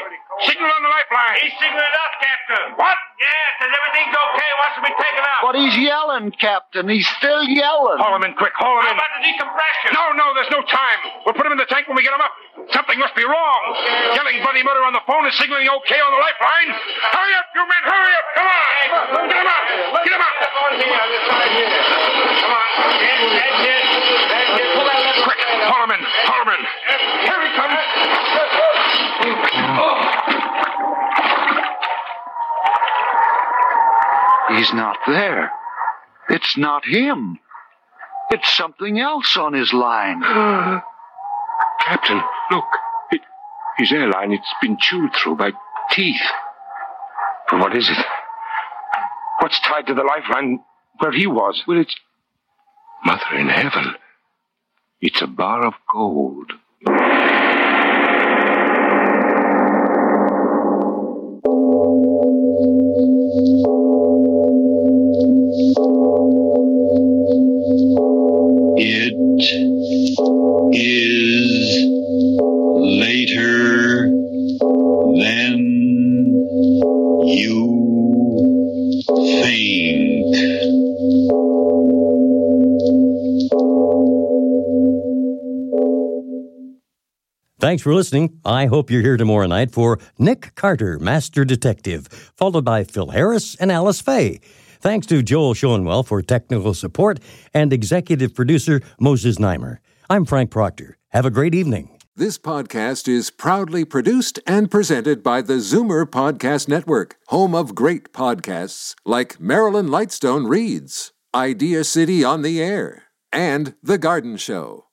signal on the lifeline. He's signaling up, Captain. What? Yes, says everything's okay. Wants to be taken out. But he's yelling, Captain. He's still yelling. Haul him in quick. Haul How him in. about the decompression? No, no, there's no time. We'll put him in the tank when we get him up. Something must be wrong. Yelling bloody murder on the phone and signaling okay on the lifeline. Hurry up, you men. Hurry up. Come on. Get him up. Get him up. Come on. That's it. That's it. Pull that lever. Quick. Haul him in. Haul him in. Here he comes. He's not there. It's not him. It's something else on his line. Captain, look. It, his airline, it's been chewed through by teeth. But what is it? What's tied to the lifeline where he was? Well, it's. Mother in heaven. It's a bar of gold. is later than you think. Thanks for listening. I hope you're here tomorrow night for Nick Carter, Master Detective, followed by Phil Harris and Alice Faye. Thanks to Joel Schoenwell for technical support and executive producer Moses Neimer. I'm Frank Proctor. Have a great evening. This podcast is proudly produced and presented by the Zoomer Podcast Network, home of great podcasts like Marilyn Lightstone Reads, Idea City on the Air, and The Garden Show.